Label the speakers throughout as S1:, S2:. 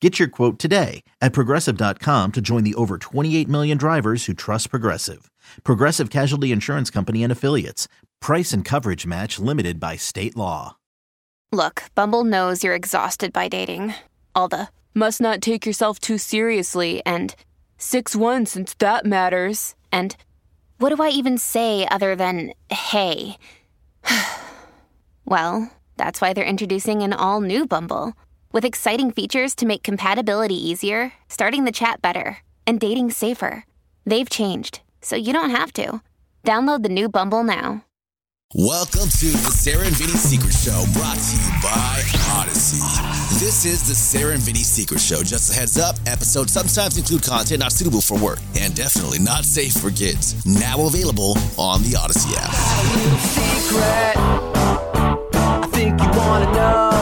S1: Get your quote today at progressive.com to join the over 28 million drivers who trust Progressive. Progressive Casualty Insurance Company and Affiliates. Price and coverage match limited by state law.
S2: Look, Bumble knows you're exhausted by dating. All the must not take yourself too seriously and 6 1 since that matters. And what do I even say other than hey? well, that's why they're introducing an all new Bumble with exciting features to make compatibility easier, starting the chat better, and dating safer. They've changed, so you don't have to. Download the new Bumble now.
S3: Welcome to the Sarah and Vinny Secret Show, brought to you by Odyssey. This is the Sarah and Vinny Secret Show. Just a heads up, episodes sometimes include content not suitable for work and definitely not safe for kids. Now available on the Odyssey app.
S4: secret. I think you wanna know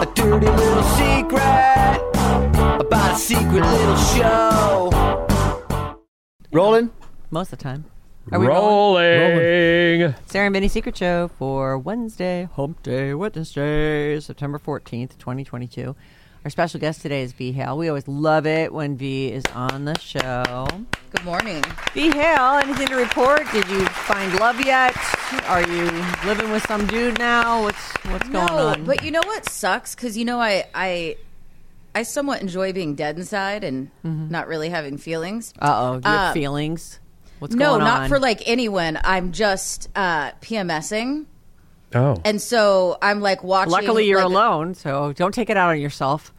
S4: a dirty little secret about a secret little show. Rolling.
S5: Most of the time.
S6: Rolling.
S5: Sarah and Vinny Secret Show for Wednesday, Hump Day, Wednesday, September 14th, 2022. Our special guest today is V Hale. We always love it when V is on the show.
S7: Good morning.
S5: V Hale, anything to report? Did you find love yet? Are you living with some dude now? What's what's going on?
S7: but you know what sucks? Because you know I I I somewhat enjoy being dead inside and
S5: Mm-hmm.
S7: not really having feelings.
S5: Uh-oh, your feelings? Uh, What's
S7: um, no,
S5: going on?
S7: not for like anyone. I'm just uh, PMSing,
S6: Oh.
S7: and so I'm like watching.
S5: Luckily you're
S7: like-
S5: alone, so don't take it out on yourself.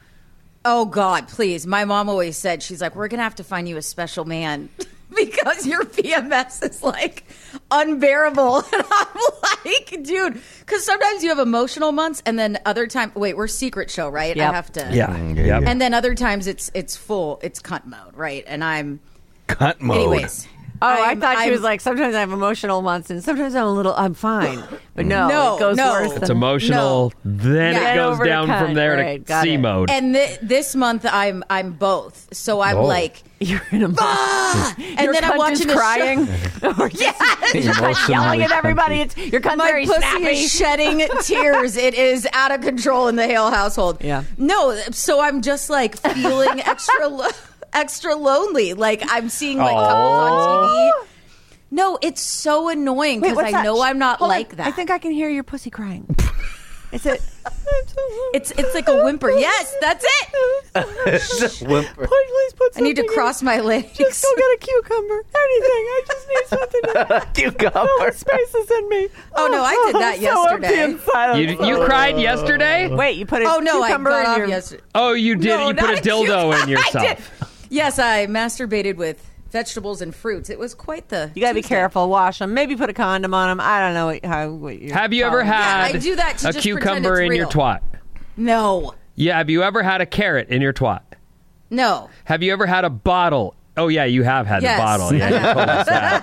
S7: Oh God, please! My mom always said she's like, "We're gonna have to find you a special man." Because your PMS is like unbearable, and I'm like, dude. Because sometimes you have emotional months, and then other time, wait, we're secret show, right?
S5: Yep.
S7: I have to,
S6: Yeah. yeah.
S7: And then other times it's it's full, it's cunt mode, right? And I'm
S6: cut mode.
S7: anyways.
S5: Oh, i
S7: I'm-
S5: thought she
S7: I'm-
S5: was like sometimes I have emotional months and sometimes I'm a little I'm fine. But no,
S7: No,
S5: it goes
S7: no.
S5: worse
S7: It's
S5: than
S6: It's emotional. Then
S7: Yeah.
S6: it
S7: Then
S6: goes
S5: over to
S6: down
S5: cunt.
S6: from there
S5: Right,
S6: to
S5: got
S6: C
S5: it.
S6: mode.
S7: And th- this month I'm I'm both. So I'm like
S5: You're in a
S7: ah! and
S5: your
S7: then I'm
S5: cunt is
S7: watching the
S5: crying.
S7: show.
S5: Or just, your cunt's yelling at everybody. It's your cunt's
S7: My
S5: very
S7: pussy
S5: snappy.
S7: is shedding tears. It is out of control in the Hale household.
S5: Yeah.
S7: No, so I'm just like feeling extra lo- extra lonely. Like I'm seeing like couples on TV. No, it's so annoying because I know I'm not like that.
S5: I think I can hear your pussy crying. Is it?
S7: It's it's like a whimper. Yes, that's it.
S5: Please, please put
S7: I need to
S5: something in.
S7: cross my legs.
S5: Just go get a cucumber. Anything. I just need something. To fill the spaces in me.
S7: Oh, no, I did that
S5: I'm so empty
S7: yesterday.
S5: and silent.
S6: you, you cried yesterday?
S5: Wait, you put a
S7: Oh no, I
S5: cucumber
S7: got
S5: in
S7: off
S5: your
S7: yesterday.
S6: Oh, you did.
S7: No,
S6: you put
S7: not
S6: a
S7: a
S6: dildo
S7: cute-
S6: in
S7: I did.
S6: yourself.
S7: Yes, I masturbated with vegetables and fruits. It was quite the.
S5: You gotta be
S7: Tuesday.
S5: careful. Wash them. Maybe put a condom on them. I don't know what, how. What your
S6: Have you ever
S5: problem-
S6: had
S7: Um, I do that to
S6: a
S7: just
S6: cucumber in
S7: pretend it's
S6: your
S7: real.
S6: twat?
S7: No,
S6: Yeah. Have you ever had a carrot in your twat?
S7: no.
S6: Have you ever had a bottle? Oh, yeah, you have had
S7: Yes.
S6: the bottle. Yeah, you told us that.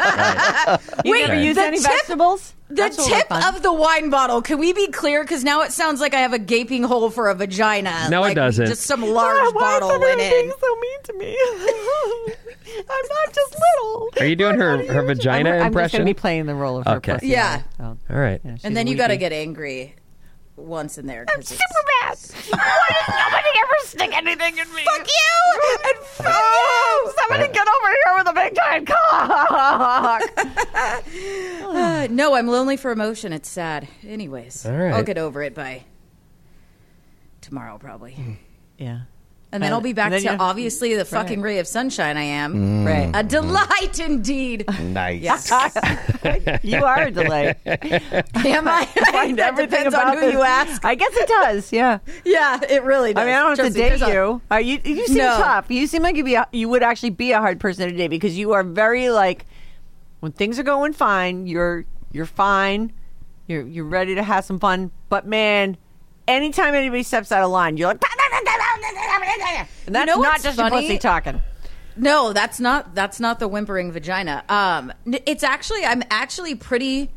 S6: Right.
S5: You
S7: Wait,
S5: never used
S7: the
S5: any
S7: tip-
S5: vegetables?
S7: The
S5: That's a little
S7: tip
S5: fun.
S7: of the wine bottle. Can we be clear? Because now it sounds like I have a gaping hole for a vagina.
S6: No, it
S7: Like,
S6: doesn't.
S7: Just some large
S5: Why is
S7: bottle went
S5: everybody
S7: in.
S5: being so mean to me? I'm not just little.
S6: Are you doing her, her vagina
S5: I'm, just
S6: impression?
S5: gonna be playing the role of her
S6: Okay.
S5: pussy.
S7: Yeah.
S5: Oh,
S6: All right.
S5: yeah, she's
S7: And then
S5: a
S7: you got to
S5: weenie.
S7: get angry once in there. I'm super
S5: Superman. Why does nobody ever stick anything in me? Fuck
S7: you!
S5: And fuck you! Somebody get over here with a big giant cock.
S7: no, I'm lonely for emotion. It's sad. Anyways,
S6: right.
S7: I'll get over it by tomorrow probably.
S5: Hmm. yeah.
S7: And then
S5: Uh,
S7: I'll be back
S5: and then
S7: to
S5: you-
S7: obviously the fucking ray of sunshine I am.
S5: Right.
S7: A delight indeed.
S8: Nice.
S7: Yes.
S5: you are a delight.
S7: Am I?
S5: find
S7: that
S5: everything
S7: depends
S5: about
S7: on who
S5: this.
S7: you ask.
S5: I guess it does. Yeah.
S7: Yeah, it really does.
S5: I mean, I don't have
S7: Trust
S5: to date
S7: me, there's a-
S5: you. Are you you seem
S7: No.
S5: tough. You seem like you be a, you would actually be a hard person to date because you are very like when things are going fine, you're you're fine. You're you're ready to have some fun. But man, anytime anybody steps out of line, you're like and that's
S7: know
S5: not
S7: what's
S5: just a
S7: funny?
S5: pussy talking.
S7: No, that's not that's not the whimpering vagina. Um n- it's actually I'm actually pretty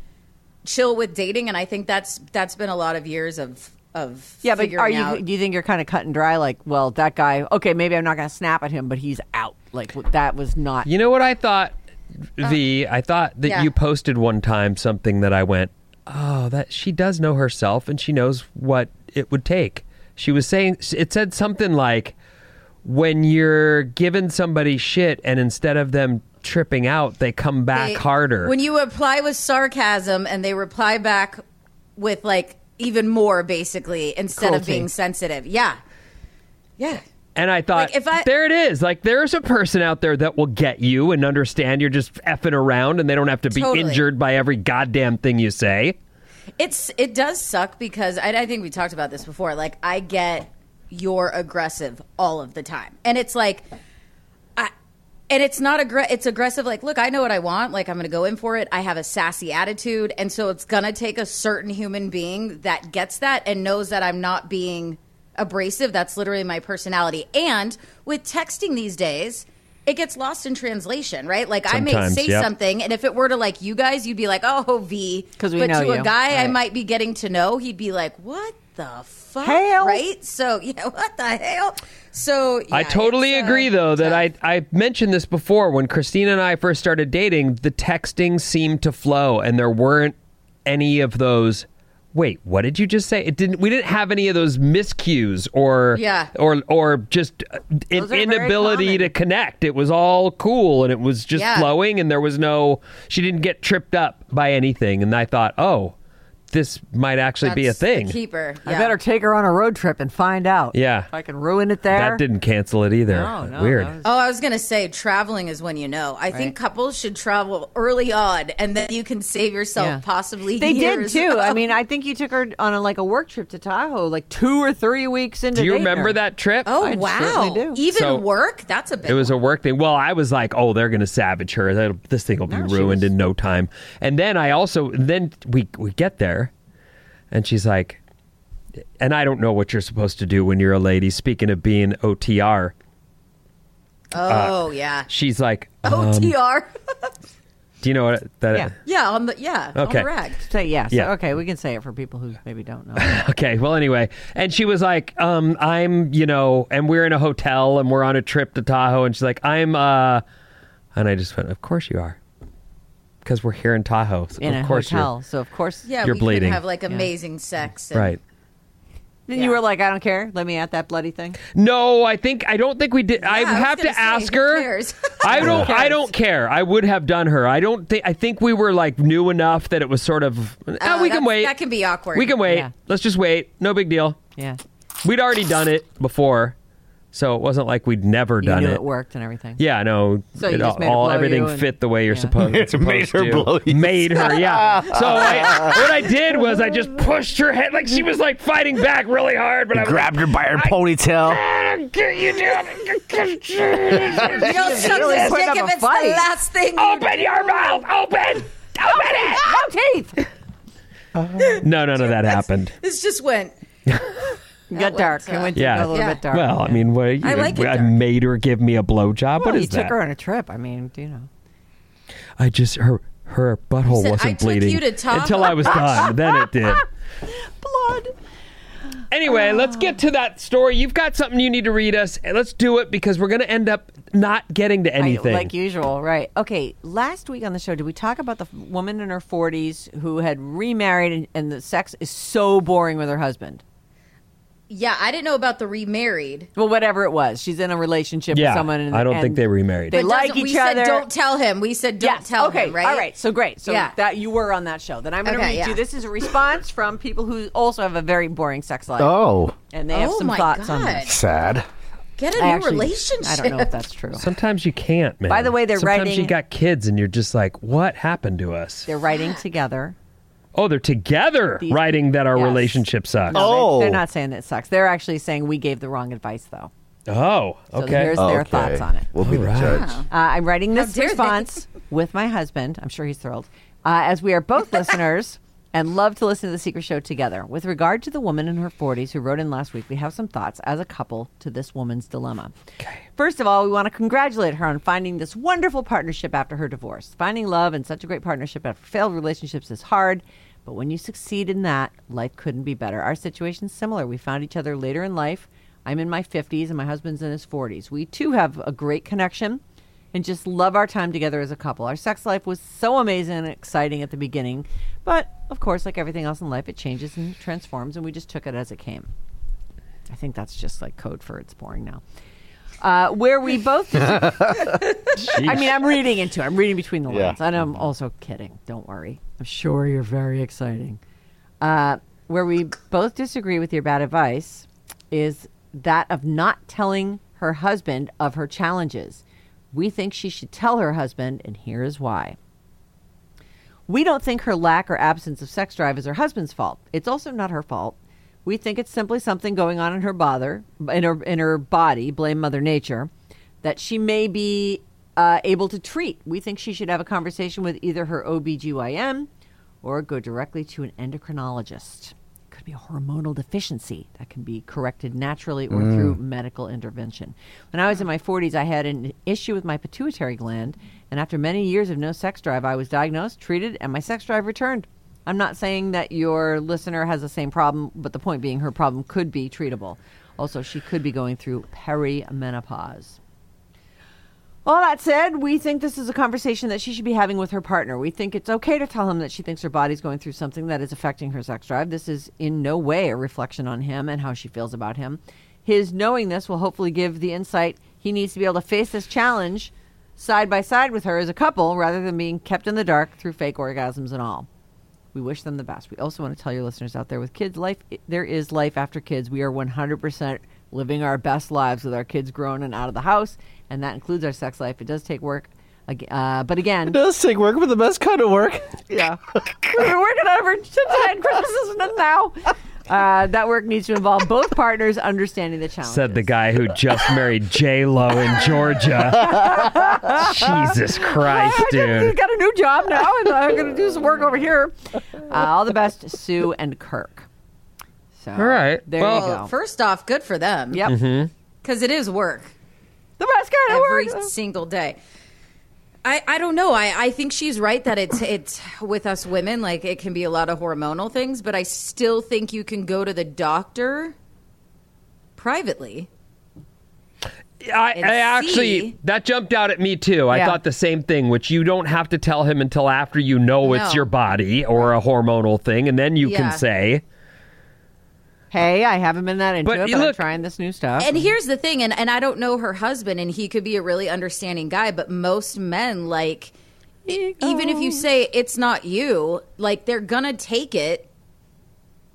S7: chill with dating and I think that's that's been a lot of years of of
S5: Yeah, but
S7: figuring
S5: are you?
S7: out-
S5: Do you think you're kind of cut and dry? Like, well, that guy. Okay, maybe I'm not going to snap at him, but he's out. Like w- that was not.
S6: You know what I thought, V? I thought that
S7: Uh, yeah.
S6: you posted one time something that I went, oh, that she does know herself and she knows what it would take. She was saying, it said something like, when you're giving somebody shit and instead of them tripping out, they come back
S7: they-
S6: harder.
S7: When you reply with sarcasm and they reply back with like even more basically instead of
S6: Cruelty.
S7: being sensitive. Yeah. Yeah.
S6: and I thought,
S7: Like, if I-
S6: there it is. Like, there's a person out there that will get you and understand you're just effing around and they don't have to be
S7: Totally.
S6: injured by every goddamn thing you say.
S7: It's it does suck because I, I think we talked about this before. Like I get you're aggressive all of the time, and it's like, I, and it's not aggra- It's aggressive. Like, look, I know what I want. Like, I'm going to go in for it. I have a sassy attitude, and so it's going to take a certain human being that gets that and knows that I'm not being abrasive. That's literally my personality. And with texting these days. It gets lost in translation, right? Like I may
S6: Sometimes,
S7: say
S6: yep.
S7: something, and if it were to like you guys, you'd be like, "Oh, V,"
S5: 'Cause we
S7: but
S5: know
S7: to a
S5: you.
S7: guy I
S5: Right.
S7: might be getting to know, he'd be like, "What the fuck?"
S5: Hell.
S7: Right? So yeah, what the hell? So
S6: I
S7: yeah,
S6: totally
S7: it's, uh,
S6: agree, though, that
S7: tough.
S6: I, I mentioned this before. When Christina and I first started dating, the texting seemed to flow, and there weren't any of those. Wait, what did you just say? It didn't. We didn't have any of those miscues or
S7: Yeah.
S6: or or just uh, an
S5: Those are very
S6: inability
S5: common.
S6: to connect. It was all cool and it was just
S7: Yeah.
S6: flowing, and there was no. She didn't get tripped up by anything, and I thought, oh, this might actually be a
S7: That's the
S6: thing.
S7: keeper.
S5: I
S7: yeah.
S5: better take her on a road trip and find out.
S6: Yeah.
S5: if I can ruin it there.
S6: that didn't cancel it either.
S5: No, no,
S6: Weird.
S5: that was-
S7: Oh, I was gonna say traveling is when you know. I think couples should travel early on, and then you can save yourself
S5: Yeah.
S7: possibly.
S5: They
S7: years
S5: did too. I
S7: of-
S5: mean, I think you took her on a, like a work trip to Tahoe, like two or three weeks into.
S6: Do you
S5: dating
S6: remember
S5: her.
S6: that trip?
S7: oh
S5: I
S7: wow,
S5: certainly do.
S7: even
S6: So-
S7: work. That's a big.
S6: It was a work thing. Well, I was like, oh, they're going to savage her. That'll, this thing will be ruined in no time. And then I also, then we, we get there and she's like, and I don't know what you're supposed to do when you're a lady. Speaking of being OTR, uh,
S7: oh yeah.
S6: she's like, "Oh,
S7: OTR.
S6: do you know what that?
S5: Oh. Yeah.
S7: yeah, on the yeah on
S6: Okay.
S7: the rag.
S5: Say yes.
S6: Yeah.
S5: Okay, we can say it for people who maybe don't know.
S6: Okay. Well, anyway, and she was like, um, I'm, you know, and we're in a hotel and we're on a trip to Tahoe, and she's like, I'm, uh, and I just went, of course you are, because we're here in Tahoe. So
S5: in
S6: of
S5: a
S6: course you-
S5: hotel, so of course.
S7: Yeah,
S6: You're
S7: we
S6: bleeding.
S7: could have like amazing sex. And,
S6: Right.
S5: Then
S7: Yeah.
S5: you were like, I don't care. Let me at that bloody thing.
S6: No, I think I don't think we did. I
S7: Yeah, I was
S6: have to
S7: gonna say,
S6: ask
S7: who
S6: her.
S7: cares?
S6: I don't. I
S5: cares?
S6: don't care. I would have done her. I don't think. I think we were like new enough that it was sort of. "Eh,
S7: Oh,
S6: we can
S7: that's-
S6: wait.
S7: That can be awkward.
S6: We can wait.
S5: Yeah.
S6: Let's just wait. No big deal.
S5: Yeah,
S6: We'd already done it before, so it wasn't like we'd never
S5: you
S6: done
S5: knew
S6: it.
S5: it worked and everything.
S6: Yeah, no.
S5: So you
S6: it
S5: just made her
S6: all
S5: blow
S6: everything
S5: you and-
S6: fit the way you're
S5: yeah.
S6: supposed, it's supposed
S1: Made her
S6: to.
S1: blow you.
S6: Made her, yeah. So I, what I did was I just pushed her head like she was like fighting back really hard, but I was like,
S1: Grabbed her by her ponytail.
S6: "Ah, get you down.
S7: You don't suck
S5: really
S7: this
S5: putting
S7: dick
S5: up
S7: if
S5: a
S7: it's
S5: fight.
S7: the last thing.
S6: Open your mouth! Open! Open it!
S5: No Oh, teeth.
S6: No, none of that happened.
S7: This just went.
S5: It got dark. It went
S6: Yeah.
S5: yeah. a little
S7: Yeah.
S5: bit dark.
S6: Well, I mean, what, you,
S7: I like it
S6: I
S7: dark.
S6: made her give me a blowjob.
S5: Well,
S6: what
S5: you
S6: is
S5: took
S6: that?
S5: her on a trip. I mean, do you know?
S6: I just her her butthole
S7: said,
S6: wasn't
S7: "I took
S6: bleeding
S7: you to Tahoe."
S6: until I was done. then it did.
S5: Blood.
S6: Anyway, let's get to that story. You've got something you need to read us. and Let's do it because we're going to end up not getting to
S5: I-
S6: anything.
S5: like usual, right? Okay. Last week on the show, did we talk about the f- woman in her forties who had remarried and, and the sex is so boring with her husband?
S7: Yeah, I didn't know about the remarried.
S5: Well, whatever it was, she's in a relationship
S6: Yeah,
S5: with someone. And,
S6: I don't
S5: and
S6: think they remarried.
S5: They
S7: But
S5: like
S7: doesn't-
S5: each
S7: we
S5: other.
S7: Said, don't tell him. We said don't
S5: Yes.
S7: tell
S5: okay.
S7: him. Right.
S5: All right. So great. So
S7: Yeah.
S5: that you were on that show. Then I'm going to
S7: Okay,
S5: read
S7: yeah.
S5: you. This is a response from people who also have a very boring sex life,
S8: Oh,
S5: and they have
S7: oh
S5: some
S7: my
S5: thoughts
S7: god.
S5: on this.
S8: sad.
S7: Get a new
S5: I actually-
S7: relationship.
S5: I don't know if that's true.
S6: Sometimes you can't, man.
S5: By the way, they're
S6: Sometimes
S5: writing-
S6: you got kids, and you're just like, "What happened to us?"
S5: They're writing together.
S6: oh, they're together
S5: These-
S6: writing that our
S5: Yes.
S6: relationship sucks.
S5: No, they-
S8: Oh.
S5: they're not saying that sucks. They're actually saying we gave the wrong advice, though.
S6: Oh,
S5: So
S6: okay.
S5: here's their thoughts on it.
S8: We'll be the judge.
S5: Uh, I'm writing this
S7: dare they.
S5: response with my husband. I'm sure he's thrilled. Uh, as we are both listeners and love to listen to The Secret Show together. With regard to the woman in her 40s who wrote in last week, we have some thoughts as a couple to this woman's dilemma. First of all, we want to congratulate her on finding this wonderful partnership after her divorce. Finding love and such a great partnership after failed relationships is hard. But when you succeed in that, life couldn't be better. Our situation's similar. We found each other later in life. I'm in my 50s and my husband's in his 40s. We too have a great connection and just love our time together as a couple. Our sex life was so amazing and exciting at the beginning, but of course, like everything else in life, it changes and transforms, and we just took it as it came. I think that's just like code for it's boring now. Uh, where we both I mean, I'm reading into it. I'm reading between the lines. And I'm also kidding. Don't worry. I'm sure you're very exciting. Uh, where we both disagree with your bad advice is that of not telling her husband of her challenges. We think she should tell her husband, and here is why. We don't think her lack or absence of sex drive is her husband's fault. It's also not her fault. We think it's simply something going on in her bother in her in her body. Blame Mother Nature that she may be uh, able to treat. We think she should have a conversation with either her OBGYN or go directly to an endocrinologist. Could be a hormonal deficiency that can be corrected naturally or through medical intervention. When I was in my 40s, I had an issue with my pituitary gland, and after many years of no sex drive, I was diagnosed, treated, and my sex drive returned. I'm not saying that your listener has the same problem, but the point being her problem could be treatable. Also, she could be going through perimenopause. All that said, we think this is a conversation that she should be having with her partner. We think it's okay to tell him that she thinks her body's going through something that is affecting her sex drive. This is in no way a reflection on him and how she feels about him. His knowing this will hopefully give the insight he needs to be able to face this challenge side by side with her as a couple rather than being kept in the dark through fake orgasms and all. We wish them the best. We also want to tell your listeners out there with kids, life there is life after kids. We are 100% living our best lives with our kids grown and out of the house, and that includes our sex life. It does take work, ag- uh, but again,
S8: It does take work, but the best kind of work.
S5: yeah. We've been working on it for 10 Christmases and now. Uh, that work needs to involve both partners understanding the challenge.
S6: Said the guy who just married J Lo in Georgia. Jesus Christ,
S5: He's
S6: dude!
S5: Oh, got a new job now, and I'm going to do some work over here. Uh, all the best, Sue and Kirk. So, all
S6: right.
S5: There you
S6: Well, Mm-hmm.
S5: go.
S7: First off, good for them.
S5: yep.
S7: Because it is work
S5: The best kind of
S7: every
S5: work.
S7: single day. I, I don't know. I, I think she's right that it's it's with us women, like it can be a lot of hormonal things, but I still think you can go to the doctor privately.
S6: I, I
S7: and
S6: actually
S7: see-
S6: that jumped out at me too. I
S7: Yeah.
S6: thought the same thing, which you don't have to tell him until after you know
S7: No.
S6: it's your body or a hormonal thing, and then you
S7: Yeah.
S6: can say.
S5: Hey, I haven't been that into
S6: But
S5: it,
S6: you
S5: but I'm
S6: look-
S5: trying this new stuff.
S7: And here's the thing, and, and I don't know her husband, and he could be a really understanding guy, but most men, like, e- even if you say it's not you, like, they're gonna take it.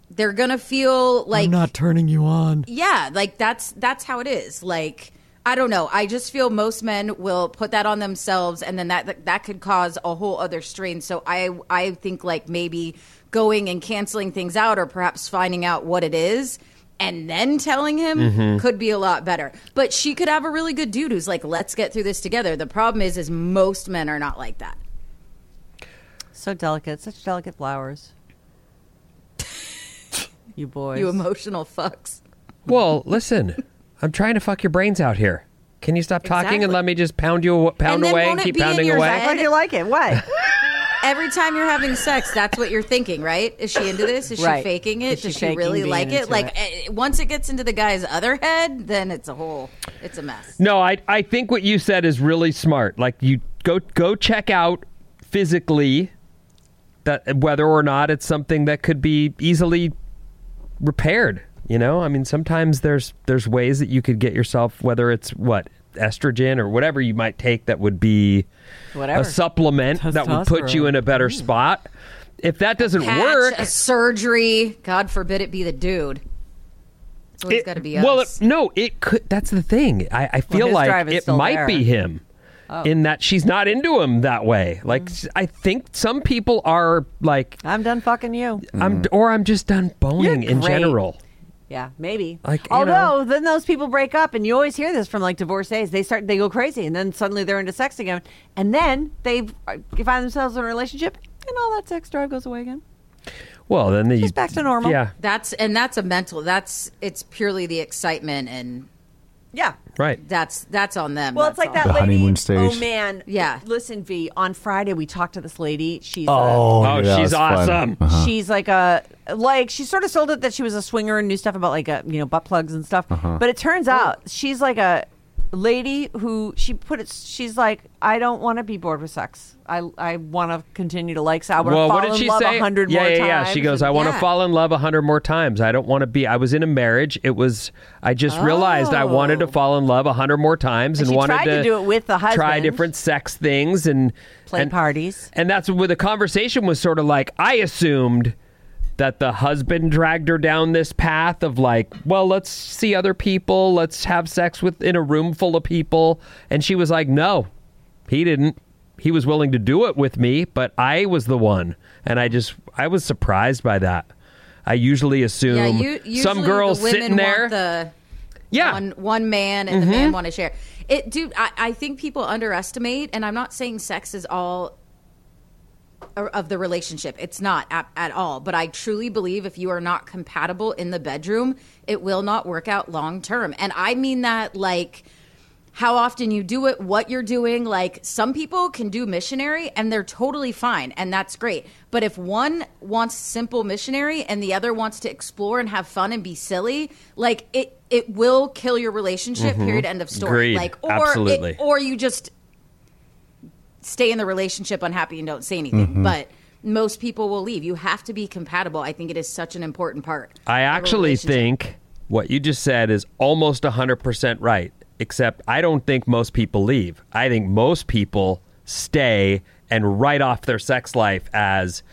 S7: They're gonna feel like
S8: turning you on.
S7: yeah like that's that's how it is like i don't know i just feel most men will put that on themselves and then that that, that could cause a whole other strain so i i think like maybe going and canceling things out or perhaps finding out what it is and then telling him could be a lot better but she could have a really good dude who's like let's get through this together the problem is is most men are not like that
S5: so delicate, such delicate flowers. you boys.
S7: you emotional fucks
S6: Well, listen, I'm trying to fuck your brains out here. Can you stop talking and
S7: Exactly.
S6: let me just pound you pound
S7: And then
S6: away
S7: won't
S6: and
S7: it
S6: keep
S7: be in
S6: pounding
S7: your
S6: away?
S7: head?
S5: Like you like it. What?
S7: every time you're having sex, that's what you're thinking, right? Is she into this? Is
S5: Right.
S7: she faking
S5: Is
S7: it?
S5: she
S7: Does she
S5: faking
S7: really
S5: being
S7: like
S5: into
S7: it? Like eh, once it gets into the guy's other head, then it's a whole, it's a mess.
S6: No, I I think what you said is really smart. Like you go go check out physically that whether or not it's something that could be easily repaired. You know, I mean, sometimes there's there's ways that you could get yourself whether it's what estrogen or whatever you might take that would be
S5: Whatever.
S6: a supplement that would put you in a better
S7: Mm.
S6: spot. If that doesn't
S7: Patch,
S6: work,
S7: a surgery. God forbid it be the dude. It's always got to be us.
S6: well, it, no, it could. That's the thing. I, I feel
S5: his
S6: like
S5: drive is
S6: it
S5: still
S6: might
S5: there. Oh.
S6: be him, in that she's not into him that way. Like
S5: Mm.
S6: I think some people are like,
S5: I'm done fucking you.
S9: Mm.
S6: I'm, or I'm just done boning
S5: You're
S6: in
S5: great.
S6: general.
S5: Yeah, maybe.
S6: Like, you
S5: although
S6: know.
S5: then those people break up, and you always hear this from like divorcees. They start, they go crazy, and then suddenly they're into sex again, and then they uh, find themselves in a relationship, and all that sex drive goes away again.
S6: Well, then he's
S5: back to normal.
S6: Yeah,
S7: That's and that's a mental. That's it's purely the excitement, and
S5: Yeah.
S6: right.
S7: that's that's on them.
S5: Well, it's
S7: That's
S5: like that
S7: all.
S5: lady.
S9: honeymoon stage.
S5: Oh man.
S7: Yeah.
S5: Listen, V. On Friday we talked to this lady. She's a-
S9: Oh,
S6: Oh,
S9: yeah,
S6: she's
S9: that's fun.
S6: awesome.
S5: she's like a like she sort of sold it that she was a swinger and knew stuff about like a, you know butt plugs and stuff
S6: Uh-huh.
S5: but it turns
S7: Oh.
S5: out she's like a lady who she put it she's like i don't want to be bored with sex i i want to continue to like sex i want
S6: Well,
S5: to fall
S6: what did
S5: in
S6: she
S5: love
S6: say?
S5: a hundred
S6: yeah,
S5: more
S6: yeah, yeah.
S5: times
S6: She goes, "I want to
S7: Yeah.
S6: fall in love a hundred more times. I don't want to be. I was in a marriage. It was. I just realized I wanted to fall in love a hundred more times,
S5: Oh. And
S6: and,
S5: she
S6: wanted
S5: tried to do it with the
S6: Try
S5: husband.
S6: different sex things and
S5: play
S6: and-
S5: parties
S6: And that's where the conversation was sort of like I assumed that the husband dragged her down this path of like, well, let's see other people, let's have sex with in a room full of people, and she was like, no, he didn't. He was willing to do it with me, but I was the one, and I just I was surprised by that. I usually assume
S7: yeah. You, usually
S6: some girls
S7: the women
S6: sitting there,
S7: want the
S6: yeah,
S7: one one man and the man want to share it, dude. I, I think people underestimate, and I'm not saying sex is all or- of the relationship. It's not at, at all. But I truly believe if you are not compatible in the bedroom, it will not work out long term. And I mean that like how often you do it, what you're doing. Like some people can do missionary and they're totally fine and that's great. But if one wants simple missionary and the other wants to explore and have fun and be silly, like it it will kill your relationship. Period. End of story.
S6: Mm-hmm. Agreed.
S7: Like or it-
S6: Absolutely.
S7: or you just stay in the relationship unhappy and don't say anything.
S6: Mm-hmm.
S7: But most people will leave. You have to be compatible. I think it is such an important part.
S6: I
S7: of a
S6: actually
S7: relationship.
S6: think what you just said is almost 100% right, except I don't think most people leave. I think most people stay and write off their sex life as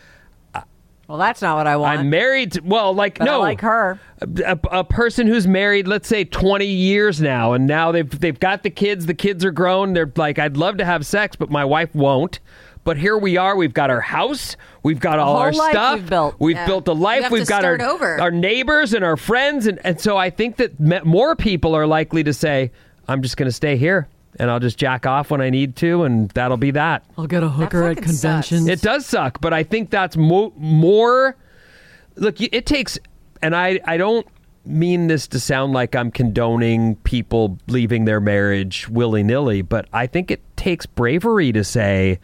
S5: well that's not what i want
S6: I'm married. To, well, like,
S5: but
S6: no.
S5: I like her
S6: A, a- a person who's married, let's say 20 years now, and now they've they've got the kids. The kids are grown. They're like, I'd love to have sex, but my wife won't. But here we are. We've got our house. We've got all
S5: whole
S6: our
S5: life
S6: stuff.
S5: we've built.
S6: We've
S7: Yeah.
S6: built a
S7: You
S6: life.
S7: have
S6: we've
S7: to
S6: got
S7: start
S6: our
S7: over.
S6: our neighbors and our friends, and and so I think that me- more people are likely to say, I'm just going to stay here, and I'll just jack off when I need to, and that'll be that.
S8: I'll get a hooker at
S7: fucking sucks.
S8: conventions.
S6: It does suck, but I think that's mo- more. Look, you- it takes, and I I don't mean this to sound like I'm condoning people leaving their marriage willy nilly, but I think it takes bravery to say,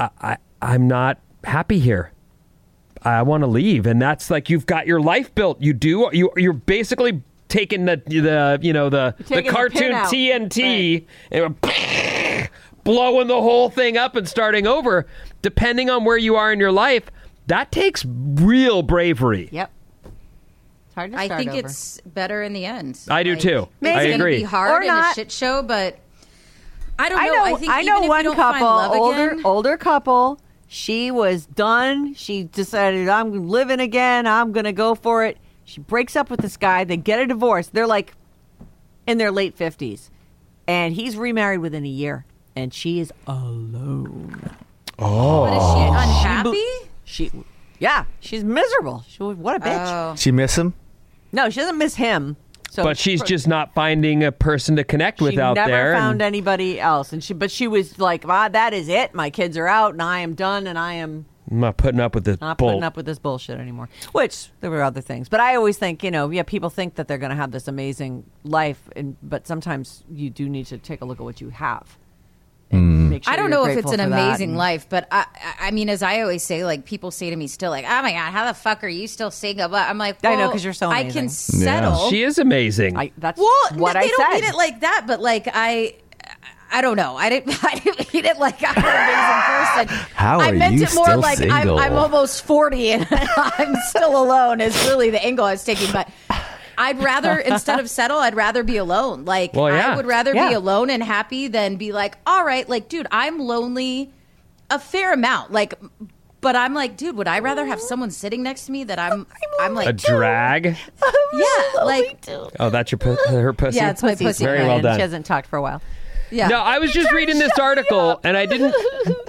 S6: I, I I'm not happy here. I want to leave, and that's like you've got your life built. You do you you're basically taking the the you know the the
S5: taking the
S6: cartoon
S5: pin out.
S6: TNT and blowing the whole thing up and starting over. Depending on where you are in your life, that takes real bravery.
S5: yep it's hard to
S7: I
S5: start
S7: think
S5: over.
S7: it's better in the end.
S6: I do too.
S7: It's
S6: I
S7: gonna
S6: agree.
S7: Be hard
S5: Or
S7: and
S5: not.
S7: a shit show, but I don't
S5: I
S7: know.
S5: know.
S7: I,
S5: I,
S7: think
S5: know
S7: even if
S5: one
S7: you don't
S5: couple,
S7: find love
S5: older
S7: again,
S5: older couple. She was done. She decided I'm living again. I'm gonna go for it. She breaks up with this guy. They get a divorce. They're like in their late fifties, and he's remarried within a year. And she is alone.
S7: but is she unhappy?
S5: Oh. She, yeah, she's miserable. She what a bitch.
S7: Oh.
S9: She miss him?
S5: No, she doesn't miss him. So
S6: But she's just not finding a person to connect with
S5: she
S6: out
S5: never
S6: there.
S5: found
S6: and-
S5: anybody else. And she, but she was like, ah, that is it. My kids are out, and I am done, and I am
S6: I'm not putting up with this
S5: not
S6: bull.
S5: putting up with this bullshit anymore. Which there were other things, but I always think you know, yeah, people think that they're going to have this amazing life, and but sometimes you do need to take a look at what you have.
S6: Mm.
S5: And make sure
S7: I don't
S5: you're
S7: know if it's
S5: grateful
S7: an
S5: for that
S7: amazing
S5: and-
S7: life, but I, I- I mean, as I always say, like people say to me, still like, "Oh my god, how the fuck are you still single?" But I'm like,
S5: I know,
S7: well,
S5: 'cause you're so
S7: I can
S5: amazing.
S7: settle.
S6: she is amazing.
S5: I, that's
S7: Well, n-
S5: what
S7: they
S5: I
S7: don't
S5: said.
S7: mean it like that, but like I, I don't know. I didn't. I didn't mean it like I'm an amazing person.
S9: How
S7: I
S9: are
S7: meant
S9: you
S7: it more
S9: still
S7: like I'm,
S9: single?
S7: I'm almost forty and I'm still alone. Is really the angle I was taking, but. I'd rather instead of settle, I'd rather be alone. Like
S6: Well, yeah.
S7: I would rather be
S5: Yeah.
S7: alone and happy than be like, all right, like dude, I'm lonely a fair amount. Like, but I'm like, dude, would I rather have someone sitting next to me that I'm? I'm
S6: a
S7: like,
S6: drag.
S7: yeah, like,
S6: Oh, that's your pu- her pussy.
S7: yeah, it's my pussy.
S6: Very
S7: friend.
S6: well done.
S5: She hasn't talked for a while.
S7: Yeah.
S6: No, I was just reading this article and I didn't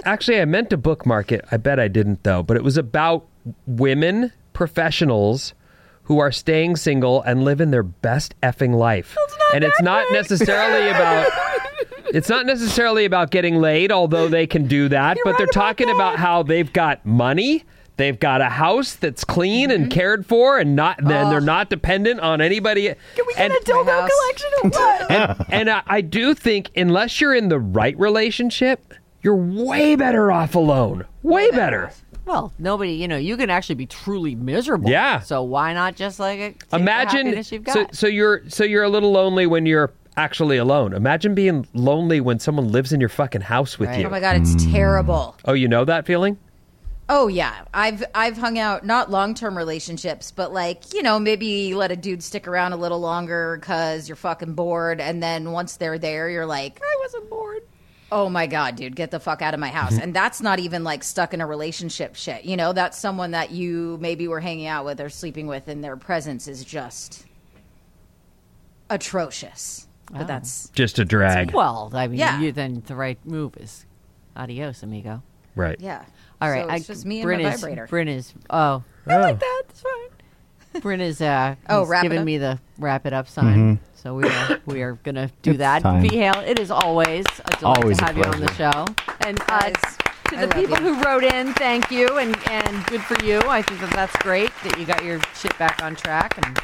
S6: actually I meant to bookmark it. I bet I didn't though, but it was about women professionals who are staying single and living their best effing life. and it's not necessarily about it's not necessarily about getting laid, although they can do that, but they're talking about how they've got money. They've got a house that's clean and cared for, and not then they're not dependent on anybody. Can we
S5: And a dildo
S7: house.
S5: collection or what?
S6: and I, I do think unless you're in the right relationship, you're way better off alone. Way better.
S5: well, nobody, you know, you can actually be truly miserable.
S6: Yeah.
S5: So why not just like it? take the
S6: Imagine
S5: happiness you've got?
S6: so, so you're so you're a little lonely when you're actually alone. Imagine being lonely when someone lives in your fucking house with
S7: Oh
S6: you.
S7: my god, it's terrible.
S6: Oh, you know that feeling?
S7: Oh yeah, I've I've hung out not long term relationships, but like you know maybe let a dude stick around a little longer because you're fucking bored, and then once they're there, you're like, I wasn't bored. Oh my god, dude, get the fuck out of my house! and that's not even like stuck in a relationship shit. You know, that's someone that you maybe were hanging out with or sleeping with, and their presence is just atrocious. But that's
S6: Just a drag.
S5: Well, I mean,
S7: Yeah.
S5: you then the right move is adios, amigo.
S6: Right.
S7: yeah.
S5: All right,
S7: so
S5: I,
S7: it's just me and
S5: Bryn
S7: my
S5: is-
S7: vibrator.
S5: Bryn is oh, I like that. That's fine. Bryn is uh,
S7: Oh,
S5: he's
S7: wrap it
S5: giving
S7: up?
S5: me the wrap it up sign. So we are we are gonna
S8: Mm-hmm.
S5: do
S8: It's
S5: that.
S8: time.
S5: V Hale, it is always a delight
S8: Always
S5: to
S8: a
S5: have you on the show. And uh,
S7: Guys,
S5: to
S7: I
S5: the
S7: love
S5: people
S7: you.
S5: who wrote in, thank you and and good for you. I think that that's great that you got your shit back on track and.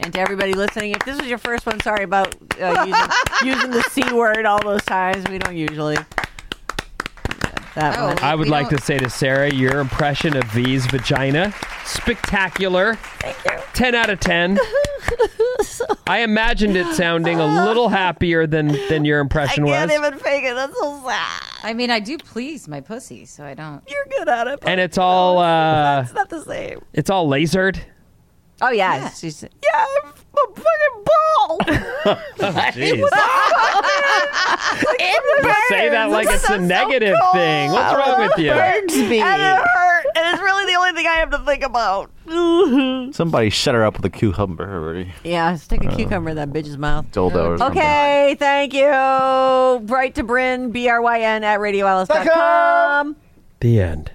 S5: And to everybody listening, if this was your first one, sorry about uh, using, using the c word all those times. We don't usually. That
S7: Oh,
S5: one.
S6: I would
S7: We
S6: like to
S7: don't-
S6: say to Sarah, your impression of V's vagina, spectacular. 10 out of 10. I imagined it sounding a little happier than than your impression was.
S5: fake it. That's so sad.
S7: I mean, I do please my pussy, so I don't.
S5: You're good at it.
S6: and it's
S7: Oh,
S6: all uh
S5: not the same.
S6: it's all lasered.
S5: Oh yeah, she's yeah, I'm a fucking ball.
S6: Jeez. Say that like it's a negative thing. What's wrong with you?
S5: me.
S9: hurt, and it's really the only thing I have to think about.
S8: Somebody shut her up with a cucumber or
S5: Yeah, stick a cucumber in that bitch's mouth.
S8: dildo or something.
S5: Okay, thank you. Bright to Bryn, B R Y N at RadioAlice.com.
S6: The end.